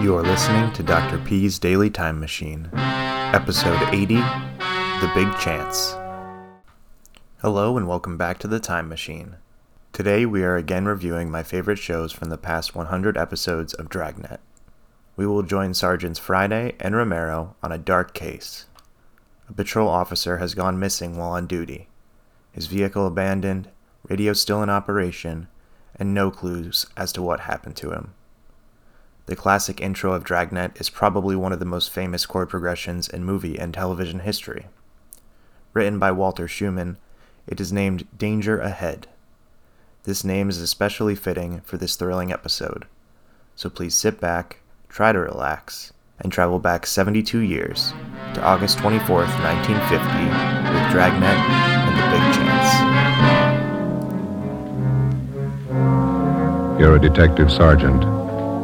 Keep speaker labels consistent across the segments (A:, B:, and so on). A: You are listening to Dr. P's Daily Time Machine, Episode 80 The Big Chance. Hello, and welcome back to The Time Machine. Today, we are again reviewing my favorite shows from the past 100 episodes of Dragnet. We will join Sergeants Friday and Romero on a dark case. A patrol officer has gone missing while on duty, his vehicle abandoned, radio still in operation, and no clues as to what happened to him. The classic intro of Dragnet is probably one of the most famous chord progressions in movie and television history. Written by Walter Schumann, it is named Danger Ahead. This name is especially fitting for this thrilling episode. So please sit back, try to relax, and travel back 72 years to August 24th, 1950 with Dragnet and the Big Chance.
B: You're a detective sergeant.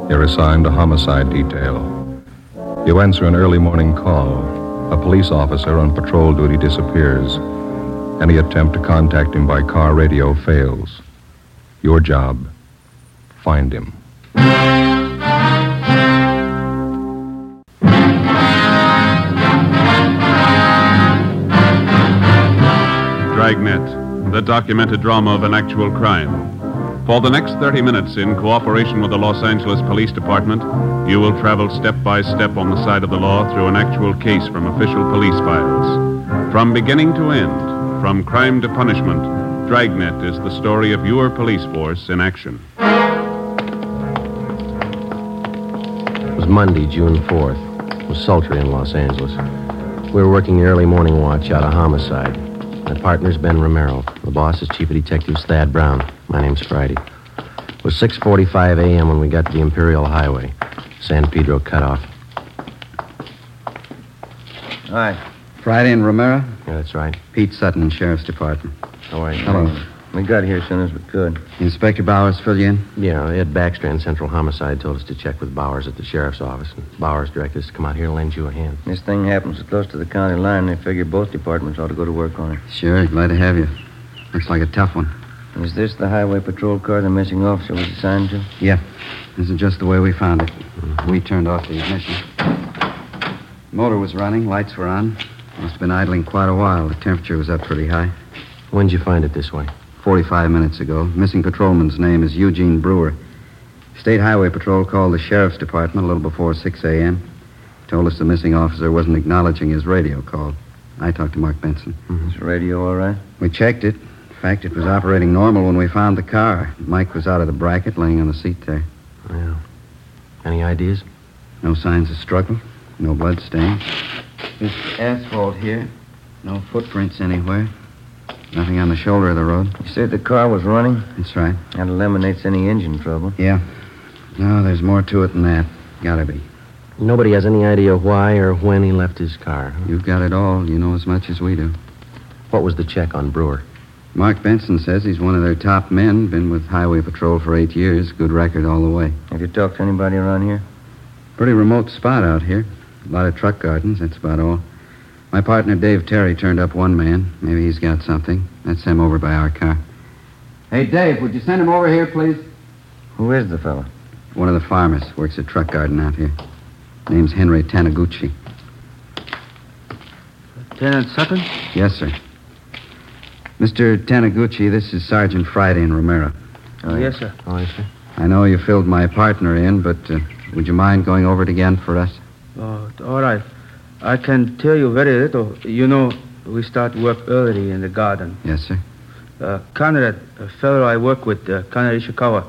B: You're assigned a homicide detail. You answer an early morning call. A police officer on patrol duty disappears. Any attempt to contact him by car radio fails. Your job find him.
C: Dragnet, the documented drama of an actual crime. For the next 30 minutes, in cooperation with the Los Angeles Police Department, you will travel step by step on the side of the law through an actual case from official police files. From beginning to end, from crime to punishment, Dragnet is the story of your police force in action.
D: It was Monday, June 4th. It was sultry in Los Angeles. We were working the early morning watch out of homicide. My partner's Ben Romero. The boss is Chief of Detectives Thad Brown. My name's Friday. It was 6.45 a.m. when we got to the Imperial Highway, San Pedro cutoff.
E: Hi.
F: Friday and Romero,
D: Yeah, that's right.
F: Pete Sutton, Sheriff's Department.
D: How are you?
F: Hello.
E: We got here as soon as we could.
F: Inspector Bowers fill you in?
D: Yeah, Ed Baxter in Central Homicide told us to check with Bowers at the sheriff's office. And Bowers directed us to come out here and lend you a hand.
E: This thing happens close to the county line. They figure both departments ought to go to work on it.
F: Sure, glad to have you. Looks like a tough one.
E: Is this the highway patrol car the missing officer was assigned to?
F: Yeah, this is just the way we found it. We turned off the ignition. Motor was running, lights were on. Must have been idling quite a while. The temperature was up pretty high.
D: When'd you find it this way?
F: 45 minutes ago. Missing patrolman's name is Eugene Brewer. State Highway Patrol called the Sheriff's Department a little before 6 a.m. Told us the missing officer wasn't acknowledging his radio call. I talked to Mark Benson.
D: Mm-hmm.
E: Is the radio all right?
F: We checked it. In fact, it was operating normal when we found the car. Mike was out of the bracket, laying on the seat there.
D: Yeah. Any ideas?
F: No signs of struggle, no blood stains.
E: This asphalt here.
F: no footprints anywhere. Nothing on the shoulder of the road.
E: You said the car was running?
F: That's right.
E: That eliminates any engine trouble.
F: Yeah. No, there's more to it than that. Gotta be.
D: Nobody has any idea why or when he left his car. huh?
F: You've got it all. You know as much as we do.
D: What was the check on Brewer?
F: Mark Benson says he's one of their top men. Been with Highway Patrol for eight years. Good record all the way.
E: Have you talked to anybody around here?
F: Pretty remote spot out here. A lot of truck gardens, that's about all. My partner Dave Terry turned up one man. Maybe he's got something. That's him over by our car. Hey, Dave, would you send him over here, please?
E: Who is the fellow?
F: One of the farmers works at truck garden out here. Name's Henry Taniguchi.
E: Lieutenant Sutton?
F: Yes, sir. Mr. Taniguchi, this is Sergeant Friday and Romero.
E: yes, sir.
D: Oh, I see.
F: I know you filled my partner in, but uh, would you mind going over it again for us?
G: Oh, all right. I can tell you very little. You know, we start work early in the garden.
F: Yes, sir.
G: Uh, Conrad, a fellow I work with, uh, Conrad Ishikawa,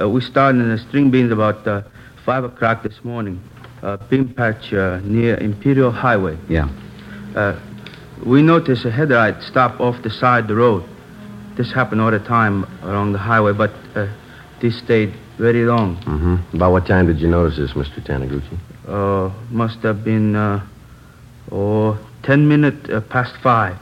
G: uh, we started in the string beans about uh, 5 o'clock this morning, uh, bean patch uh, near Imperial Highway.
F: Yeah.
G: Uh, we noticed a headlight stop off the side of the road. This happened all the time along the highway, but uh, this stayed very long.
D: Mm-hmm. About what time did you notice this, Mr. Taniguchi?
G: Uh, must have been, uh, oh, 10 minutes uh, past five.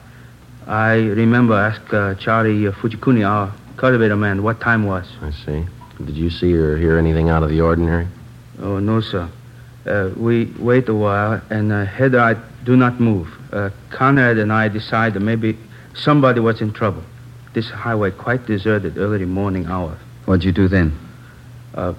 G: I remember asked uh, Charlie uh, Fujikuni, our cultivator man, what time was.
D: I see. Did you see or hear anything out of the ordinary?
G: Oh, no, sir. Uh, we wait a while, and uh, headlight do not move. Uh, Conrad and I decide that maybe somebody was in trouble. This highway quite deserted early morning hour.
F: What'd you do then?
G: Uh,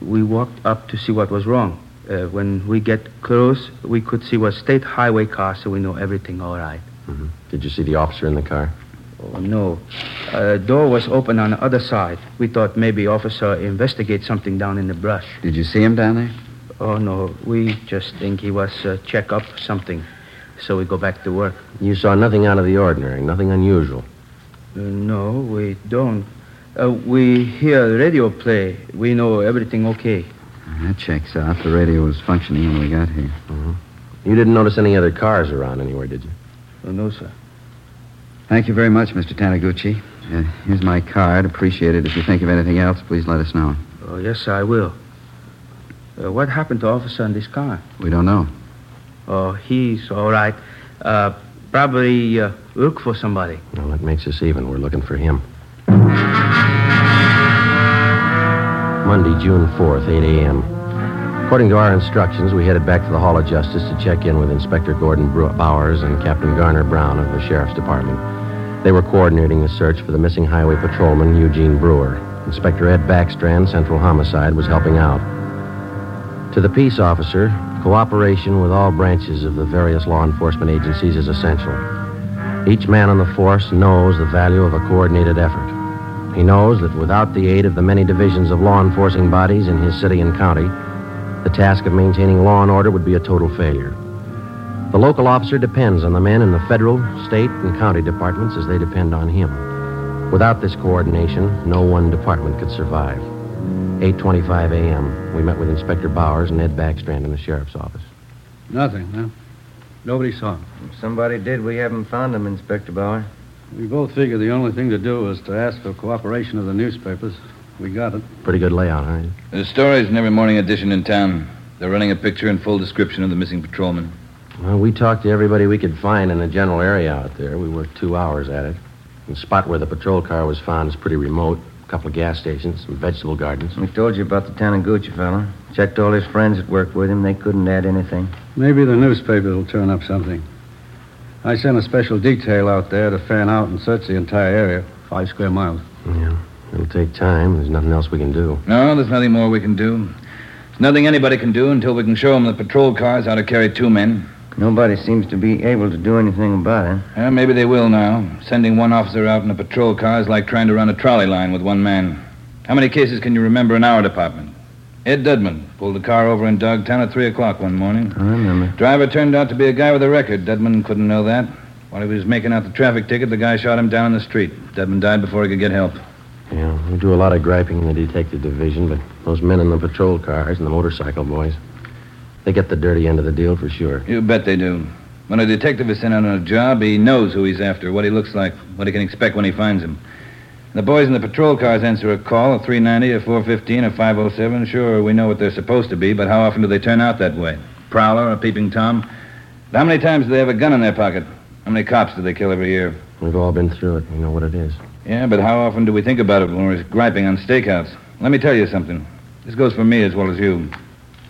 G: we walked up to see what was wrong. Uh, when we get close, we could see was state highway car, so we know everything all right.
D: Mm-hmm. Did you see the officer in the car?
G: Oh, no. Uh, door was open on the other side. We thought maybe officer investigate something down in the brush.
F: Did you see him down there?
G: Oh, no. We just think he was uh, check up something, so we go back to work.
D: You saw nothing out of the ordinary, nothing unusual.
G: Uh, no, we don't. Uh, we hear radio play. We know everything okay.
F: That checks out. The radio was functioning when we got here.
D: You didn't notice any other cars around anywhere, did you?
G: Oh, no, sir.
F: Thank you very much, Mr. Taniguchi. Uh, here's my card. Appreciate it. If you think of anything else, please let us know.
G: Oh, yes, sir, I will. Uh, what happened to officer in this car?
F: We don't know.
G: Oh, he's all right. Uh, probably uh, work for somebody.
D: Well, that makes us even. We're looking for him. Monday, June 4th, 8 a.m. According to our instructions, we headed back to the Hall of Justice to check in with Inspector Gordon Bru- Bowers and Captain Garner Brown of the Sheriff's Department. They were coordinating the search for the missing highway patrolman, Eugene Brewer. Inspector Ed Backstrand, Central Homicide, was helping out. To the peace officer, cooperation with all branches of the various law enforcement agencies is essential. Each man on the force knows the value of a coordinated effort. He knows that without the aid of the many divisions of law enforcing bodies in his city and county, the task of maintaining law and order would be a total failure. The local officer depends on the men in the federal, state, and county departments as they depend on him. Without this coordination, no one department could survive. 8:25 a.m. We met with Inspector Bowers and Ed Backstrand in the sheriff's office.
H: Nothing, huh? Nobody saw him.
E: If somebody did, we haven't found him, Inspector Bauer.
H: We both figured the only thing to do was to ask for cooperation of the newspapers. We got it.
D: Pretty good layout, huh?
I: There's stories in every morning edition in town. They're running a picture and full description of the missing patrolman.
D: Well, we talked to everybody we could find in the general area out there. We worked two hours at it. The spot where the patrol car was found is pretty remote. A couple of gas stations, some vegetable gardens.
E: We told you about the Taniguchi fella. Checked all his friends that worked with him. They couldn't add anything.
H: Maybe the newspaper will turn up something. I sent a special detail out there to fan out and search the entire area, five square miles.
D: Yeah, it'll take time. There's nothing else we can do.
I: No, there's nothing more we can do. There's nothing anybody can do until we can show 'em the patrol cars how to carry two men.
E: Nobody seems to be able to do anything about it.
I: Eh, maybe they will now. Sending one officer out in a patrol car is like trying to run a trolley line with one man. How many cases can you remember in our department? Ed Dudman pulled a car over in Dogtown at 3 o'clock one morning.
E: I remember.
I: Driver turned out to be a guy with a record. Dudman couldn't know that. While he was making out the traffic ticket, the guy shot him down in the street. Dudman died before he could get help.
D: Yeah, we do a lot of griping in the detective division, but those men in the patrol cars and the motorcycle boys, they get the dirty end of the deal for sure.
I: You bet they do. When a detective is sent out on a job, he knows who he's after, what he looks like, what he can expect when he finds him. The boys in the patrol cars answer a call, a 390, a 415, a 507. Sure, we know what they're supposed to be, but how often do they turn out that way? Prowler, a peeping Tom? How many times do they have a gun in their pocket? How many cops do they kill every year?
D: We've all been through it. We know what it is.
I: Yeah, but how often do we think about it when we're griping on stakeouts? Let me tell you something. This goes for me as well as you.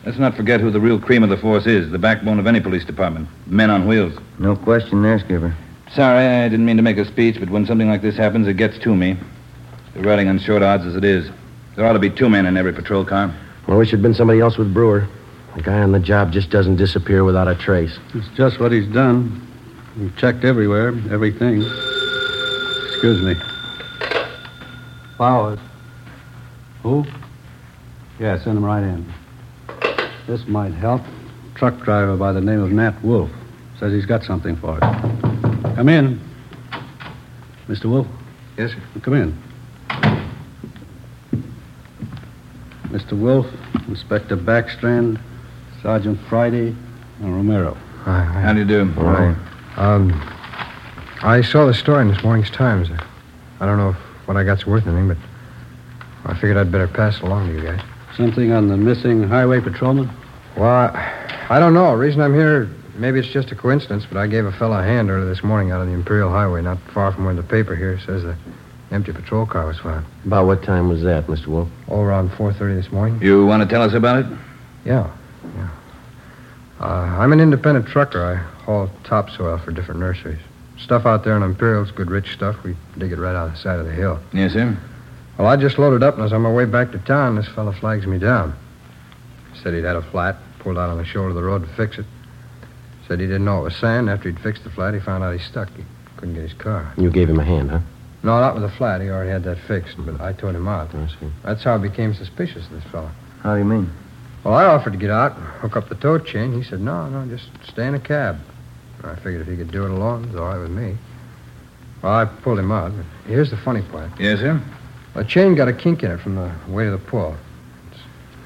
I: Let's not forget who the real cream of the force is, the backbone of any police department. Men on wheels.
E: No question there, Skipper.
I: Sorry, I didn't mean to make a speech, but when something like this happens, it gets to me. They're riding on short odds as it is. There ought to be two men in every patrol car.
D: I wish it'd been somebody else with Brewer. The guy on the job just doesn't disappear without a trace.
H: It's just what he's done. We've checked everywhere, everything. Excuse me. Bowers. Who? Yeah, send him right in. This might help. Truck driver by the name of Nat Wolf says he's got something for us. Come in. Mr. Wolf?
I: Yes, sir.
H: Come in. Mr. Wolf, Inspector Backstrand, Sergeant Friday, and Romero.
I: How do you do?
J: Um, I saw the story in this morning's Times. I don't know if what I got's worth anything, but I figured I'd better pass it along to you guys.
H: Something on the missing highway patrolman?
J: Well, I, I don't know. The reason I'm here, maybe it's just a coincidence, but I gave a fellow a hand earlier this morning out on the Imperial Highway, not far from where the paper here says the empty patrol car was found.
D: About what time was that, Mr. Wolf?
J: Oh, around 4.30 this morning.
I: You want to tell us about it?
J: Yeah, yeah. Uh, I'm an independent trucker. I haul topsoil for different nurseries. Stuff out there in Imperial's good rich stuff. We dig it right out of the side of the hill.
I: Yes, sir.
J: Well, I just loaded up and was on my way back to town. This fella flags me down. Said he'd had a flat, pulled out on the shoulder of the road to fix it. Said he didn't know it was sand. After he'd fixed the flat, he found out he stuck. He couldn't get his car.
D: You gave him a hand, huh?
J: No, not with the flat. He already had that fixed, but I towed him out.
D: I see.
J: That's how I became suspicious of this fella.
E: How do you mean?
J: Well, I offered to get out, and hook up the tow chain. He said, no, no, just stay in a cab. I figured if he could do it alone, it was all right with me. Well, I pulled him out. But here's the funny part.
I: Yes, sir?
J: The chain got a kink in it from the weight of the pull. It's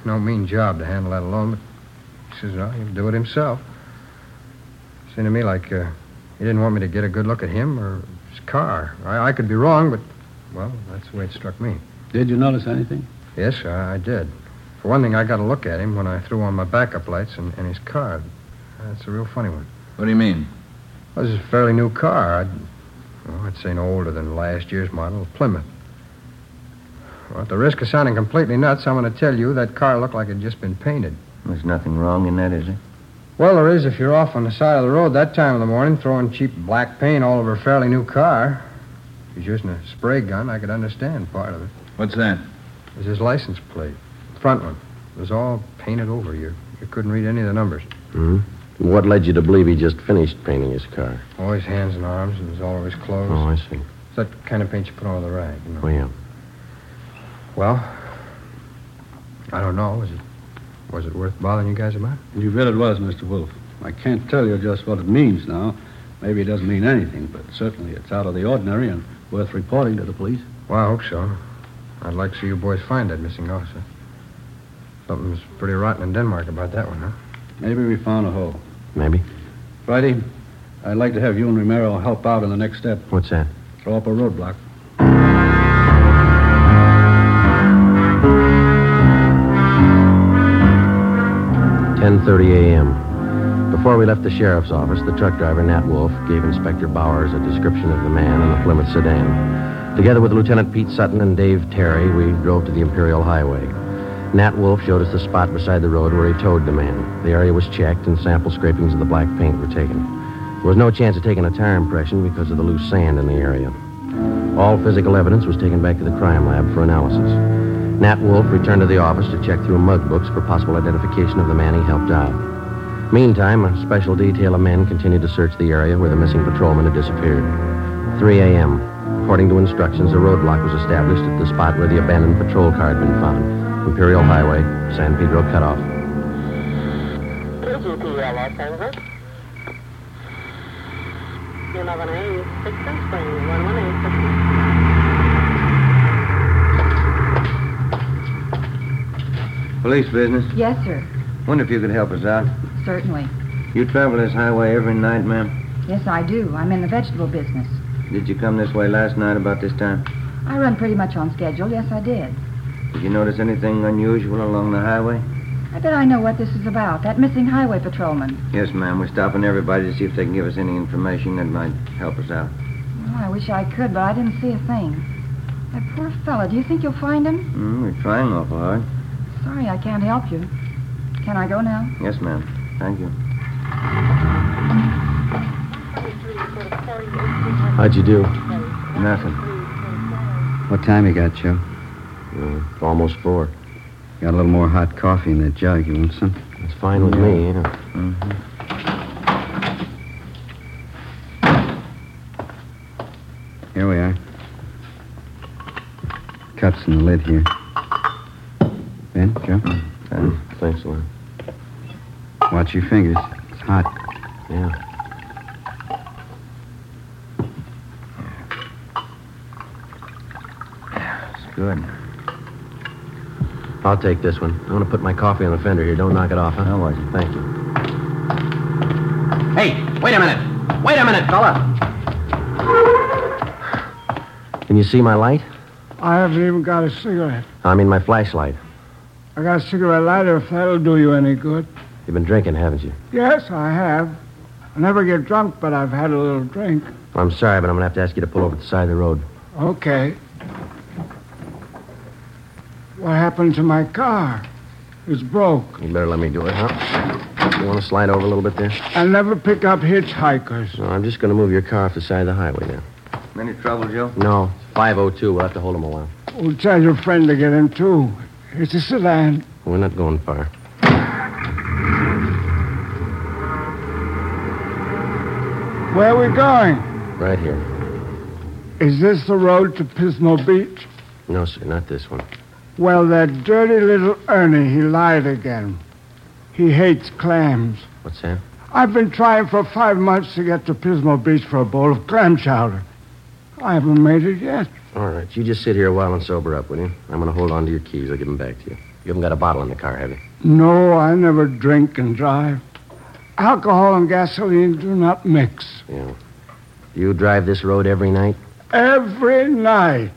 J: no mean job to handle that alone, but he says, well, he'll do it himself. Seemed to me like uh, he didn't want me to get a good look at him or his car. I, I could be wrong, but, well, that's the way it struck me.
H: Did you notice anything?
J: Yes, sir, I, I did. For one thing, I got a look at him when I threw on my backup lights and, and his car. That's a real funny one.
I: What do you mean?
J: Well, this is a fairly new car. I'd, well, I'd say no older than last year's model, Plymouth. Well, at the risk of sounding completely nuts, I'm going to tell you that car looked like it had just been painted.
E: There's nothing wrong in that, is there?
J: Well, there is if you're off on the side of the road that time of the morning throwing cheap black paint all over a fairly new car. If he's using a spray gun, I could understand part of it.
I: What's that?
J: It was his license plate, front one. It was all painted over. You, you couldn't read any of the numbers.
D: hmm What led you to believe he just finished painting his car?
J: All his hands and arms, and it was all over his clothes.
D: Oh, I see.
J: It's that kind of paint you put on the rag, you know.
D: Oh, yeah.
J: Well, I don't know. Was it, was it worth bothering you guys about?
H: You bet it was, Mr. Wolf. I can't tell you just what it means now. Maybe it doesn't mean anything, but certainly it's out of the ordinary and worth reporting to the police.
J: Well, I hope so. I'd like to see you boys find that missing officer. Something's pretty rotten in Denmark about that one, huh?
H: Maybe we found a hole.
D: Maybe.
H: Friday, I'd like to have you and Romero help out in the next step.
D: What's that?
H: Throw up a roadblock.
D: Ten thirty a.m. Before we left the sheriff's office, the truck driver Nat Wolf gave Inspector Bowers a description of the man in the Plymouth sedan. Together with Lieutenant Pete Sutton and Dave Terry, we drove to the Imperial Highway. Nat Wolf showed us the spot beside the road where he towed the man. The area was checked, and sample scrapings of the black paint were taken. There was no chance of taking a tire impression because of the loose sand in the area. All physical evidence was taken back to the crime lab for analysis. Nat Wolf returned to the office to check through mug books for possible identification of the man he helped out. Meantime, a special detail of men continued to search the area where the missing patrolman had disappeared. 3 a.m. According to instructions, a roadblock was established at the spot where the abandoned patrol car had been found. Imperial Highway, San Pedro Cutoff.
K: KGPL Los Angeles. You're not going to aim. Six cents for you. One one eight six.
E: Police business.
L: Yes, sir.
E: Wonder if you could help us out.
L: Certainly.
E: You travel this highway every night, ma'am.
L: Yes, I do. I'm in the vegetable business.
E: Did you come this way last night about this time?
L: I run pretty much on schedule. Yes, I did.
E: Did you notice anything unusual along the highway?
L: I bet I know what this is about. That missing highway patrolman.
E: Yes, ma'am. We're stopping everybody to see if they can give us any information that might help us out.
L: Well, I wish I could, but I didn't see a thing. That poor fella. Do you think you'll find him?
E: Mm, we're trying awful hard.
L: Sorry, I can't help you. Can I go now?
E: Yes, ma'am. Thank you.
D: How'd you do?
F: Nothing. What time you got, Joe?
D: Uh, almost four.
F: Got a little more hot coffee in that jug. You want some? Mm-hmm.
D: It's fine with me, ain't it?
F: Here we are. Cups in the lid here. Ben, Joe?
D: Uh, Thanks a lot.
F: Watch your fingers. It's hot.
D: Yeah.
E: It's good.
D: I'll take this one. I'm going to put my coffee on the fender here. Don't knock it off, huh? No worries. Thank you. Hey, wait a minute. Wait a minute, fella. Can you see my light?
M: I haven't even got a cigarette.
D: I mean, my flashlight.
M: I got a cigarette lighter if that'll do you any good.
D: You've been drinking, haven't you?
M: Yes, I have. I never get drunk, but I've had a little drink.
D: I'm sorry, but I'm going to have to ask you to pull over to the side of the road.
M: Okay. What happened to my car? It's broke.
D: You better let me do it, huh? You want to slide over a little bit there?
M: I never pick up hitchhikers.
D: No, I'm just going to move your car off the side of the highway there.
E: Any trouble, Joe?
D: No, 502. We'll have to hold him a while.
M: We'll tell your friend to get in, too. It's a sedan.
D: We're not going far.
M: Where are we going?
D: Right here.
M: Is this the road to Pismo Beach?
D: No, sir, not this one.
M: Well, that dirty little Ernie, he lied again. He hates clams.
D: What's that?
M: I've been trying for five months to get to Pismo Beach for a bowl of clam chowder. I haven't made it yet.
D: All right, you just sit here a while and sober up, will you? I'm going to hold on to your keys. I'll give them back to you. You haven't got a bottle in the car, have you?
M: No, I never drink and drive. Alcohol and gasoline do not mix.
D: Yeah. You drive this road every night?
M: Every night.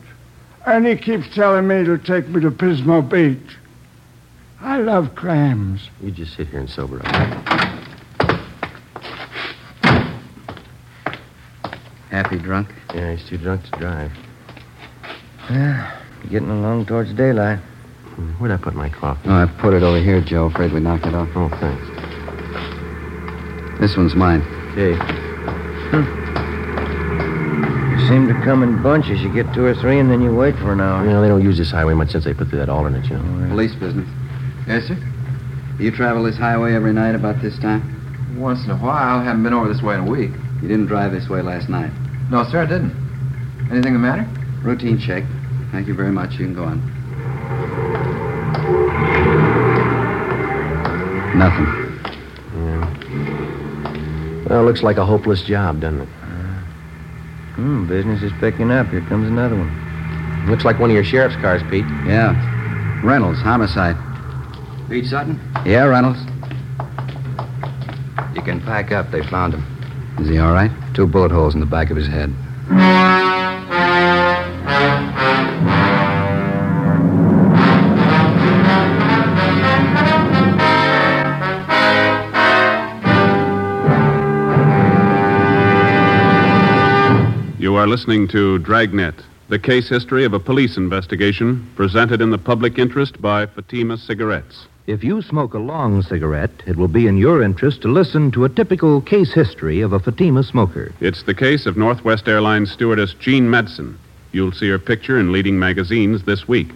M: Ernie keeps telling me to take me to Pismo Beach. I love clams.
D: You just sit here and sober up.
E: Happy drunk?
D: Yeah, he's too drunk to drive.
E: Yeah. Getting along towards daylight.
D: Hmm, Where'd I put my coffee?
F: Oh, I put it over here, Joe. Afraid we knocked it off.
D: Oh, thanks.
F: This one's mine.
E: Okay. Hmm. You seem to come in bunches. You get two or three, and then you wait for an hour.
D: You know, they don't use this highway much since they put through that alternate, you know.
F: Police business. Yes, sir? You travel this highway every night about this time?
N: Once in a while. Haven't been over this way in a week.
F: You didn't drive this way last night.
N: No, sir, I didn't. Anything the matter?
F: Routine check. Thank you very much. You can go on. Nothing.
D: Well, looks like a hopeless job, doesn't it?
E: Hmm, business is picking up. Here comes another one.
D: Looks like one of your sheriff's cars, Pete.
F: Yeah. Reynolds, homicide.
O: Beach Sutton?
F: Yeah, Reynolds.
O: You can pack up. They found him.
F: Is he all right?
O: Two bullet holes in the back of his head.
C: You are listening to Dragnet, the case history of a police investigation presented in the public interest by Fatima Cigarettes.
P: If you smoke a long cigarette, it will be in your interest to listen to a typical case history of a Fatima smoker.
C: It's the case of Northwest Airlines stewardess Jean Madsen. You'll see her picture in leading magazines this week.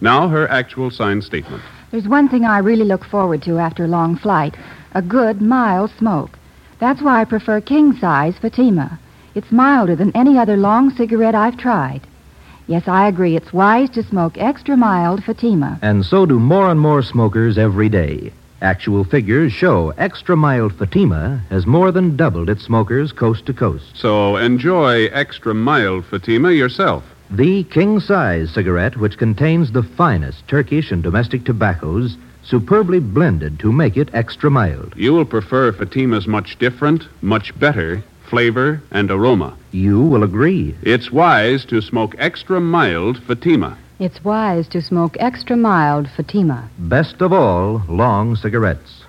C: Now, her actual signed statement.
L: There's one thing I really look forward to after a long flight a good, mild smoke. That's why I prefer king size Fatima. It's milder than any other long cigarette I've tried. Yes, I agree. It's wise to smoke extra mild Fatima.
P: And so do more and more smokers every day. Actual figures show extra mild Fatima has more than doubled its smokers coast to coast.
C: So enjoy extra mild Fatima yourself.
P: The king size cigarette, which contains the finest Turkish and domestic tobaccos, superbly blended to make it extra mild.
C: You will prefer Fatima's much different, much better flavor and aroma.
P: You will agree.
C: It's wise to smoke extra mild Fatima.
Q: It's wise to smoke extra mild Fatima.
P: Best of all, long cigarettes.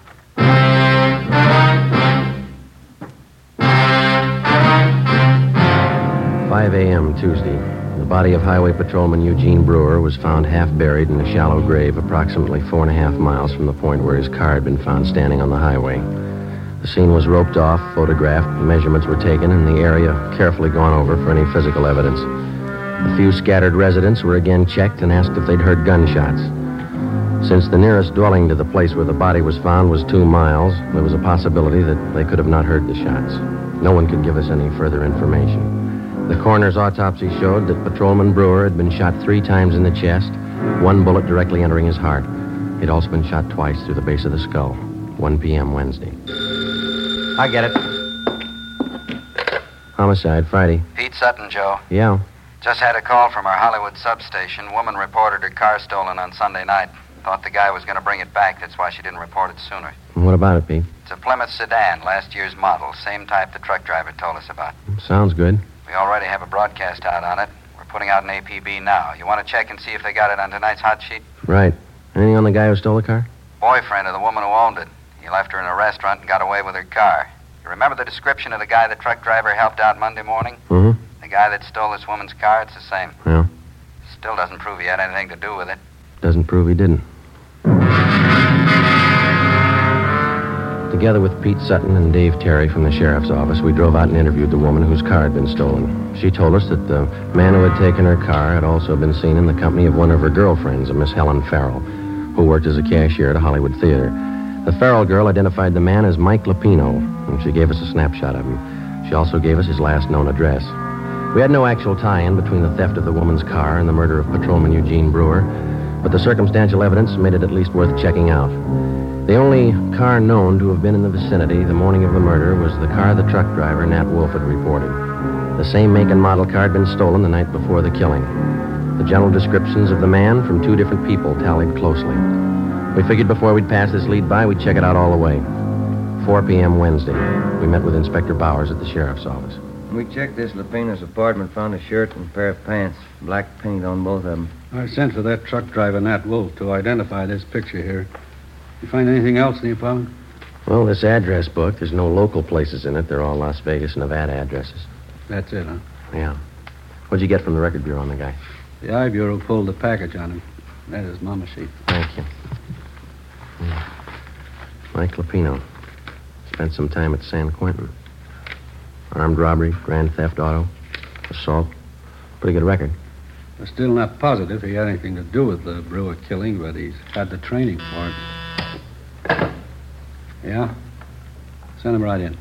D: At 5 a.m. Tuesday, the body of Highway Patrolman Eugene Brewer was found half buried in a shallow grave approximately four and a half miles from the point where his car had been found standing on the highway. The scene was roped off, photographed, measurements were taken, and the area carefully gone over for any physical evidence. The few scattered residents were again checked and asked if they'd heard gunshots. Since the nearest dwelling to the place where the body was found was two miles, there was a possibility that they could have not heard the shots. No one could give us any further information. The coroner's autopsy showed that Patrolman Brewer had been shot three times in the chest, one bullet directly entering his heart. He'd also been shot twice through the base of the skull, 1 p.m. Wednesday.
O: I get it.
D: Homicide, Friday.
O: Pete Sutton, Joe.
D: Yeah.
O: Just had a call from our Hollywood substation. Woman reported her car stolen on Sunday night. Thought the guy was going to bring it back. That's why she didn't report it sooner.
D: What about it, Pete?
O: It's a Plymouth sedan, last year's model. Same type the truck driver told us about.
D: Sounds good.
O: We already have a broadcast out on it. We're putting out an APB now. You want to check and see if they got it on tonight's hot sheet?
D: Right. Anything on the guy who stole the car?
O: Boyfriend of the woman who owned it. He left her in a restaurant and got away with her car. You remember the description of the guy the truck driver helped out Monday morning?
D: Mm-hmm.
O: The guy that stole this woman's car? It's the same.
D: Yeah.
O: Still doesn't prove he had anything to do with it.
D: Doesn't prove he didn't. Together with Pete Sutton and Dave Terry from the sheriff's office, we drove out and interviewed the woman whose car had been stolen. She told us that the man who had taken her car had also been seen in the company of one of her girlfriends, a Miss Helen Farrell, who worked as a cashier at a Hollywood theater. The Farrell girl identified the man as Mike Lapino, and she gave us a snapshot of him. She also gave us his last known address. We had no actual tie in between the theft of the woman's car and the murder of patrolman Eugene Brewer, but the circumstantial evidence made it at least worth checking out. The only car known to have been in the vicinity the morning of the murder was the car the truck driver, Nat Wolf, had reported. The same make and model car had been stolen the night before the killing. The general descriptions of the man from two different people tallied closely. We figured before we'd pass this lead by, we'd check it out all the way. 4 p.m. Wednesday, we met with Inspector Bowers at the sheriff's office.
E: We checked this Lapina's apartment, found a shirt and a pair of pants, black paint on both of them.
H: I sent for that truck driver, Nat Wolf, to identify this picture here. You find anything else in the apartment?
D: Well, this address book, there's no local places in it. They're all Las Vegas, Nevada addresses.
H: That's it, huh?
D: Yeah. What'd you get from the record bureau on the guy?
H: The eye bureau pulled the package on him. That is Mama Sheet.
D: Thank you. Yeah. Mike Lapino. Spent some time at San Quentin. Armed robbery, grand theft auto, assault. Pretty good record.
H: We're still not positive he had anything to do with the Brewer killing, but he's had the training for it. Yeah? Send him right in.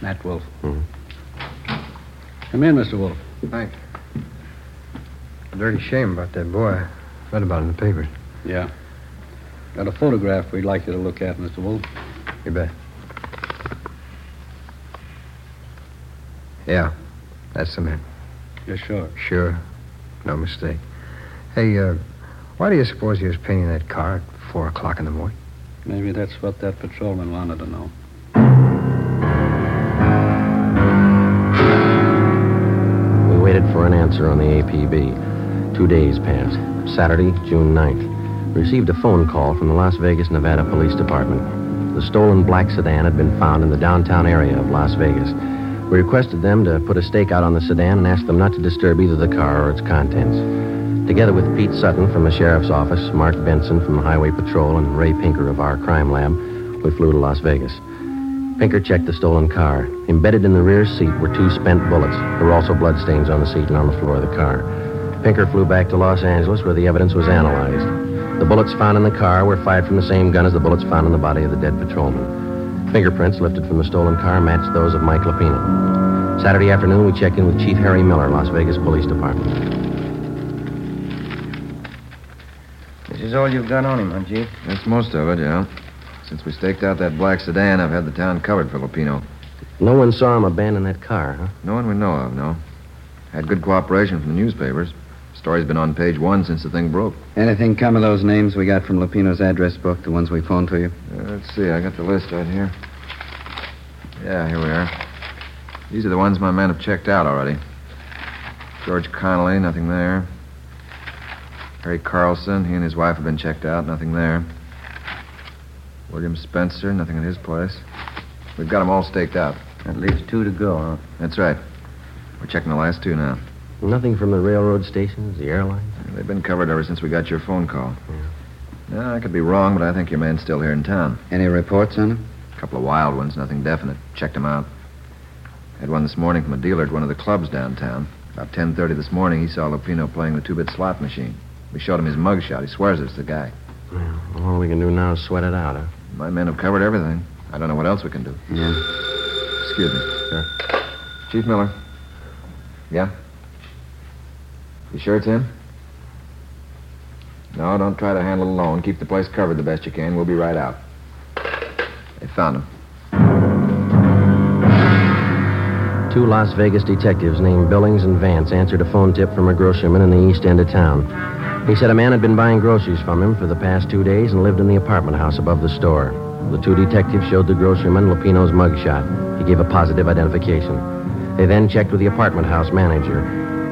H: Nat Wolf. Come in, Mr. Wolf.
J: Thanks. Dirty shame about that boy. Read about it in the papers.
H: Yeah. Got a photograph we'd like you to look at, Mr. Wolf.
J: You bet. Yeah, that's the man.
H: You're sure?
J: Sure. No mistake. Hey, uh, why do you suppose he was painting that car at 4 o'clock in the morning?
H: Maybe that's what that patrolman wanted to know.
D: We waited for an answer on the APB. Two days passed. Saturday, June 9th. Received a phone call from the Las Vegas, Nevada Police Department. The stolen black sedan had been found in the downtown area of Las Vegas. We requested them to put a stakeout on the sedan and asked them not to disturb either the car or its contents. Together with Pete Sutton from the sheriff's office, Mark Benson from the Highway Patrol, and Ray Pinker of our crime lab, we flew to Las Vegas. Pinker checked the stolen car. Embedded in the rear seat were two spent bullets. There were also bloodstains on the seat and on the floor of the car. Pinker flew back to Los Angeles where the evidence was analyzed. The bullets found in the car were fired from the same gun as the bullets found in the body of the dead patrolman. Fingerprints lifted from the stolen car matched those of Mike Lapino. Saturday afternoon, we checked in with Chief Harry Miller, Las Vegas Police Department.
E: This is all you've got on him, huh, Chief?
N: That's most of it, yeah. Since we staked out that black sedan, I've had the town covered, Filipino.
D: No one saw him abandon that car, huh?
N: No one we know of, no. Had good cooperation from the newspapers. Story's been on page one since the thing broke.
F: Anything come of those names we got from Lupino's address book, the ones we phoned to you?
N: Uh, let's see, I got the list right here. Yeah, here we are. These are the ones my men have checked out already. George Connolly, nothing there. Harry Carlson, he and his wife have been checked out, nothing there. William Spencer, nothing at his place. We've got 'em all staked out.
E: That leaves two to go, huh?
N: That's right. We're checking the last two now.
D: Nothing from the railroad stations, the airlines?
N: They've been covered ever since we got your phone call. Now, I could be wrong, but I think your man's still here in town.
F: Any reports on him?
N: A couple of wild ones, nothing definite. Checked 'em out. Had one this morning from a dealer at one of the clubs downtown. About 10.30 this morning, he saw Lupino playing the two-bit slot machine. We showed him his mug shot. He swears it's the guy.
D: Well, all we can do now is sweat it out, huh?
N: My men have covered everything. I don't know what else we can do. Excuse me. Sure. Chief Miller. Yeah? You sure it's him? No, don't try to handle it alone. Keep the place covered the best you can. We'll be right out. They found him.
D: Two Las Vegas detectives named Billings and Vance answered a phone tip from a grocerman in the east end of town. He said a man had been buying groceries from him for the past two days and lived in the apartment house above the store. The two detectives showed the grocerman Lupino's mugshot. He gave a positive identification. They then checked with the apartment house manager.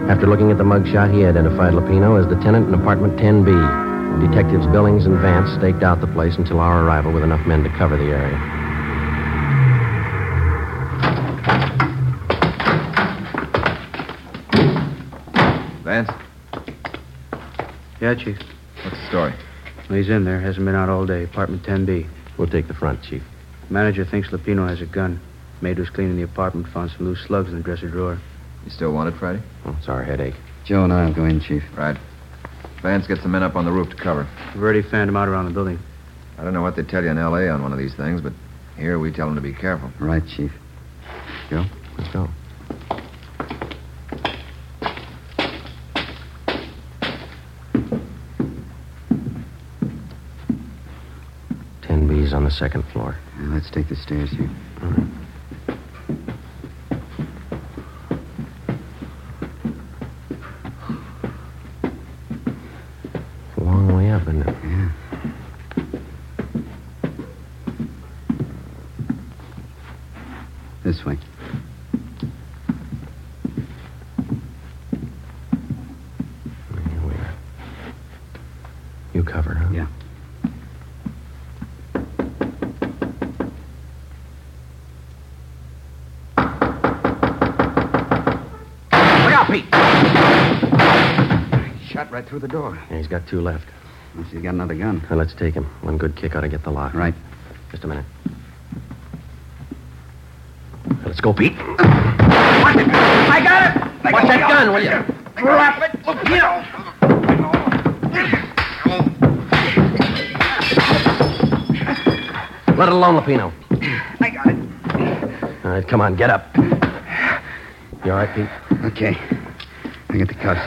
D: After looking at the mugshot, he identified Lupino as the tenant in apartment 10B. Detectives Billings and Vance staked out the place until our arrival with enough men to cover the area.
N: Vance,
G: Yeah, Chief.
N: what's the story?
G: He's in there. Hasn't been out all day. Apartment 10B.
D: We'll take the front, Chief.
G: Manager thinks Lapino has a gun. Maid was cleaning the apartment, found some loose slugs in the dresser drawer.
N: You still want it, Friday?
D: Oh, it's our headache.
F: Joe and I'll go in, Chief.
N: Right. Vance gets the men up on the roof to cover.
G: We've already fanned them out around the building.
N: I don't know what they tell you in L.A. on one of these things, but here we tell them to be careful.
F: Right, Chief. Joe,
D: let's go. Ten B's on the second floor.
F: Now, let's take the stairs here.
D: It's a long way up, isn't it?
F: Yeah. This way.
D: Here we are. You cover, huh?
F: Yeah.
D: Look out, Pete!
F: Shot right through the door.
D: Yeah, he's got two left.
F: Unless he's got another gun.
D: Now, let's take him. One good kick ought to get the lock.
F: Right.
D: Just a minute. Now, let's go, Pete.
K: I got it! I
D: Watch
K: got
D: that
K: it.
D: gun, will you?
K: Drop it! Look, you know.
D: Let it alone, Lapino.
K: I got it.
D: All right, come on, get up. You all right, Pete?
F: Okay. I get the cuffs.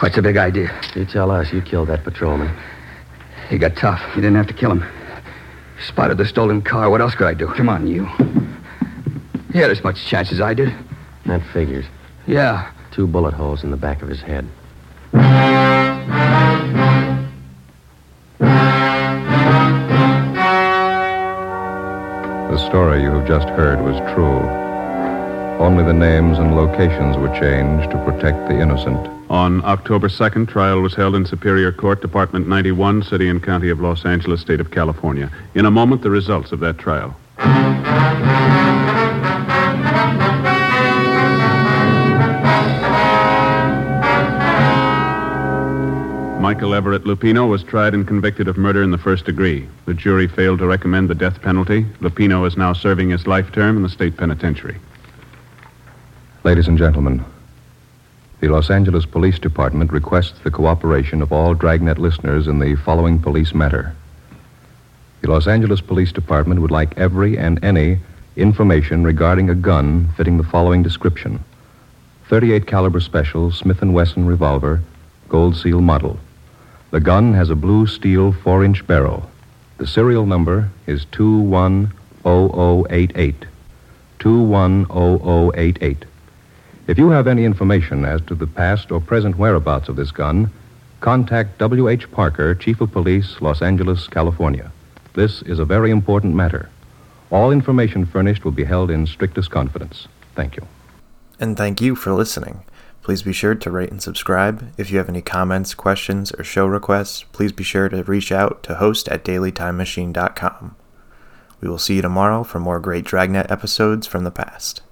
D: What's the big idea? You tell us. You killed that patrolman.
F: He got tough. You didn't have to kill him.
R: Spotted the stolen car. What else could I do?
F: Come on, you.
R: He had as much chance as I did.
D: That figures.
R: Yeah.
D: Two bullet holes in the back of his head.
B: The story you have just heard was true. Only the names and locations were changed to protect the innocent.
C: On October 2nd, trial was held in Superior Court, Department 91, City and County of Los Angeles, State of California. In a moment, the results of that trial. Michael Everett Lupino was tried and convicted of murder in the first degree. The jury failed to recommend the death penalty. Lupino is now serving his life term in the state penitentiary.
B: Ladies and gentlemen, the Los Angeles Police Department requests the cooperation of all Dragnet listeners in the following police matter. The Los Angeles Police Department would like every and any information regarding a gun fitting the following description: 38 caliber special Smith & Wesson revolver, gold seal model. The gun has a blue steel 4-inch barrel. The serial number is 210088. 210088. If you have any information as to the past or present whereabouts of this gun, contact W.H. Parker, Chief of Police, Los Angeles, California. This is a very important matter. All information furnished will be held in strictest confidence. Thank you.
A: And thank you for listening. Please be sure to rate and subscribe. If you have any comments, questions, or show requests, please be sure to reach out to host at dailytimemachine.com. We will see you tomorrow for more great Dragnet episodes from the past.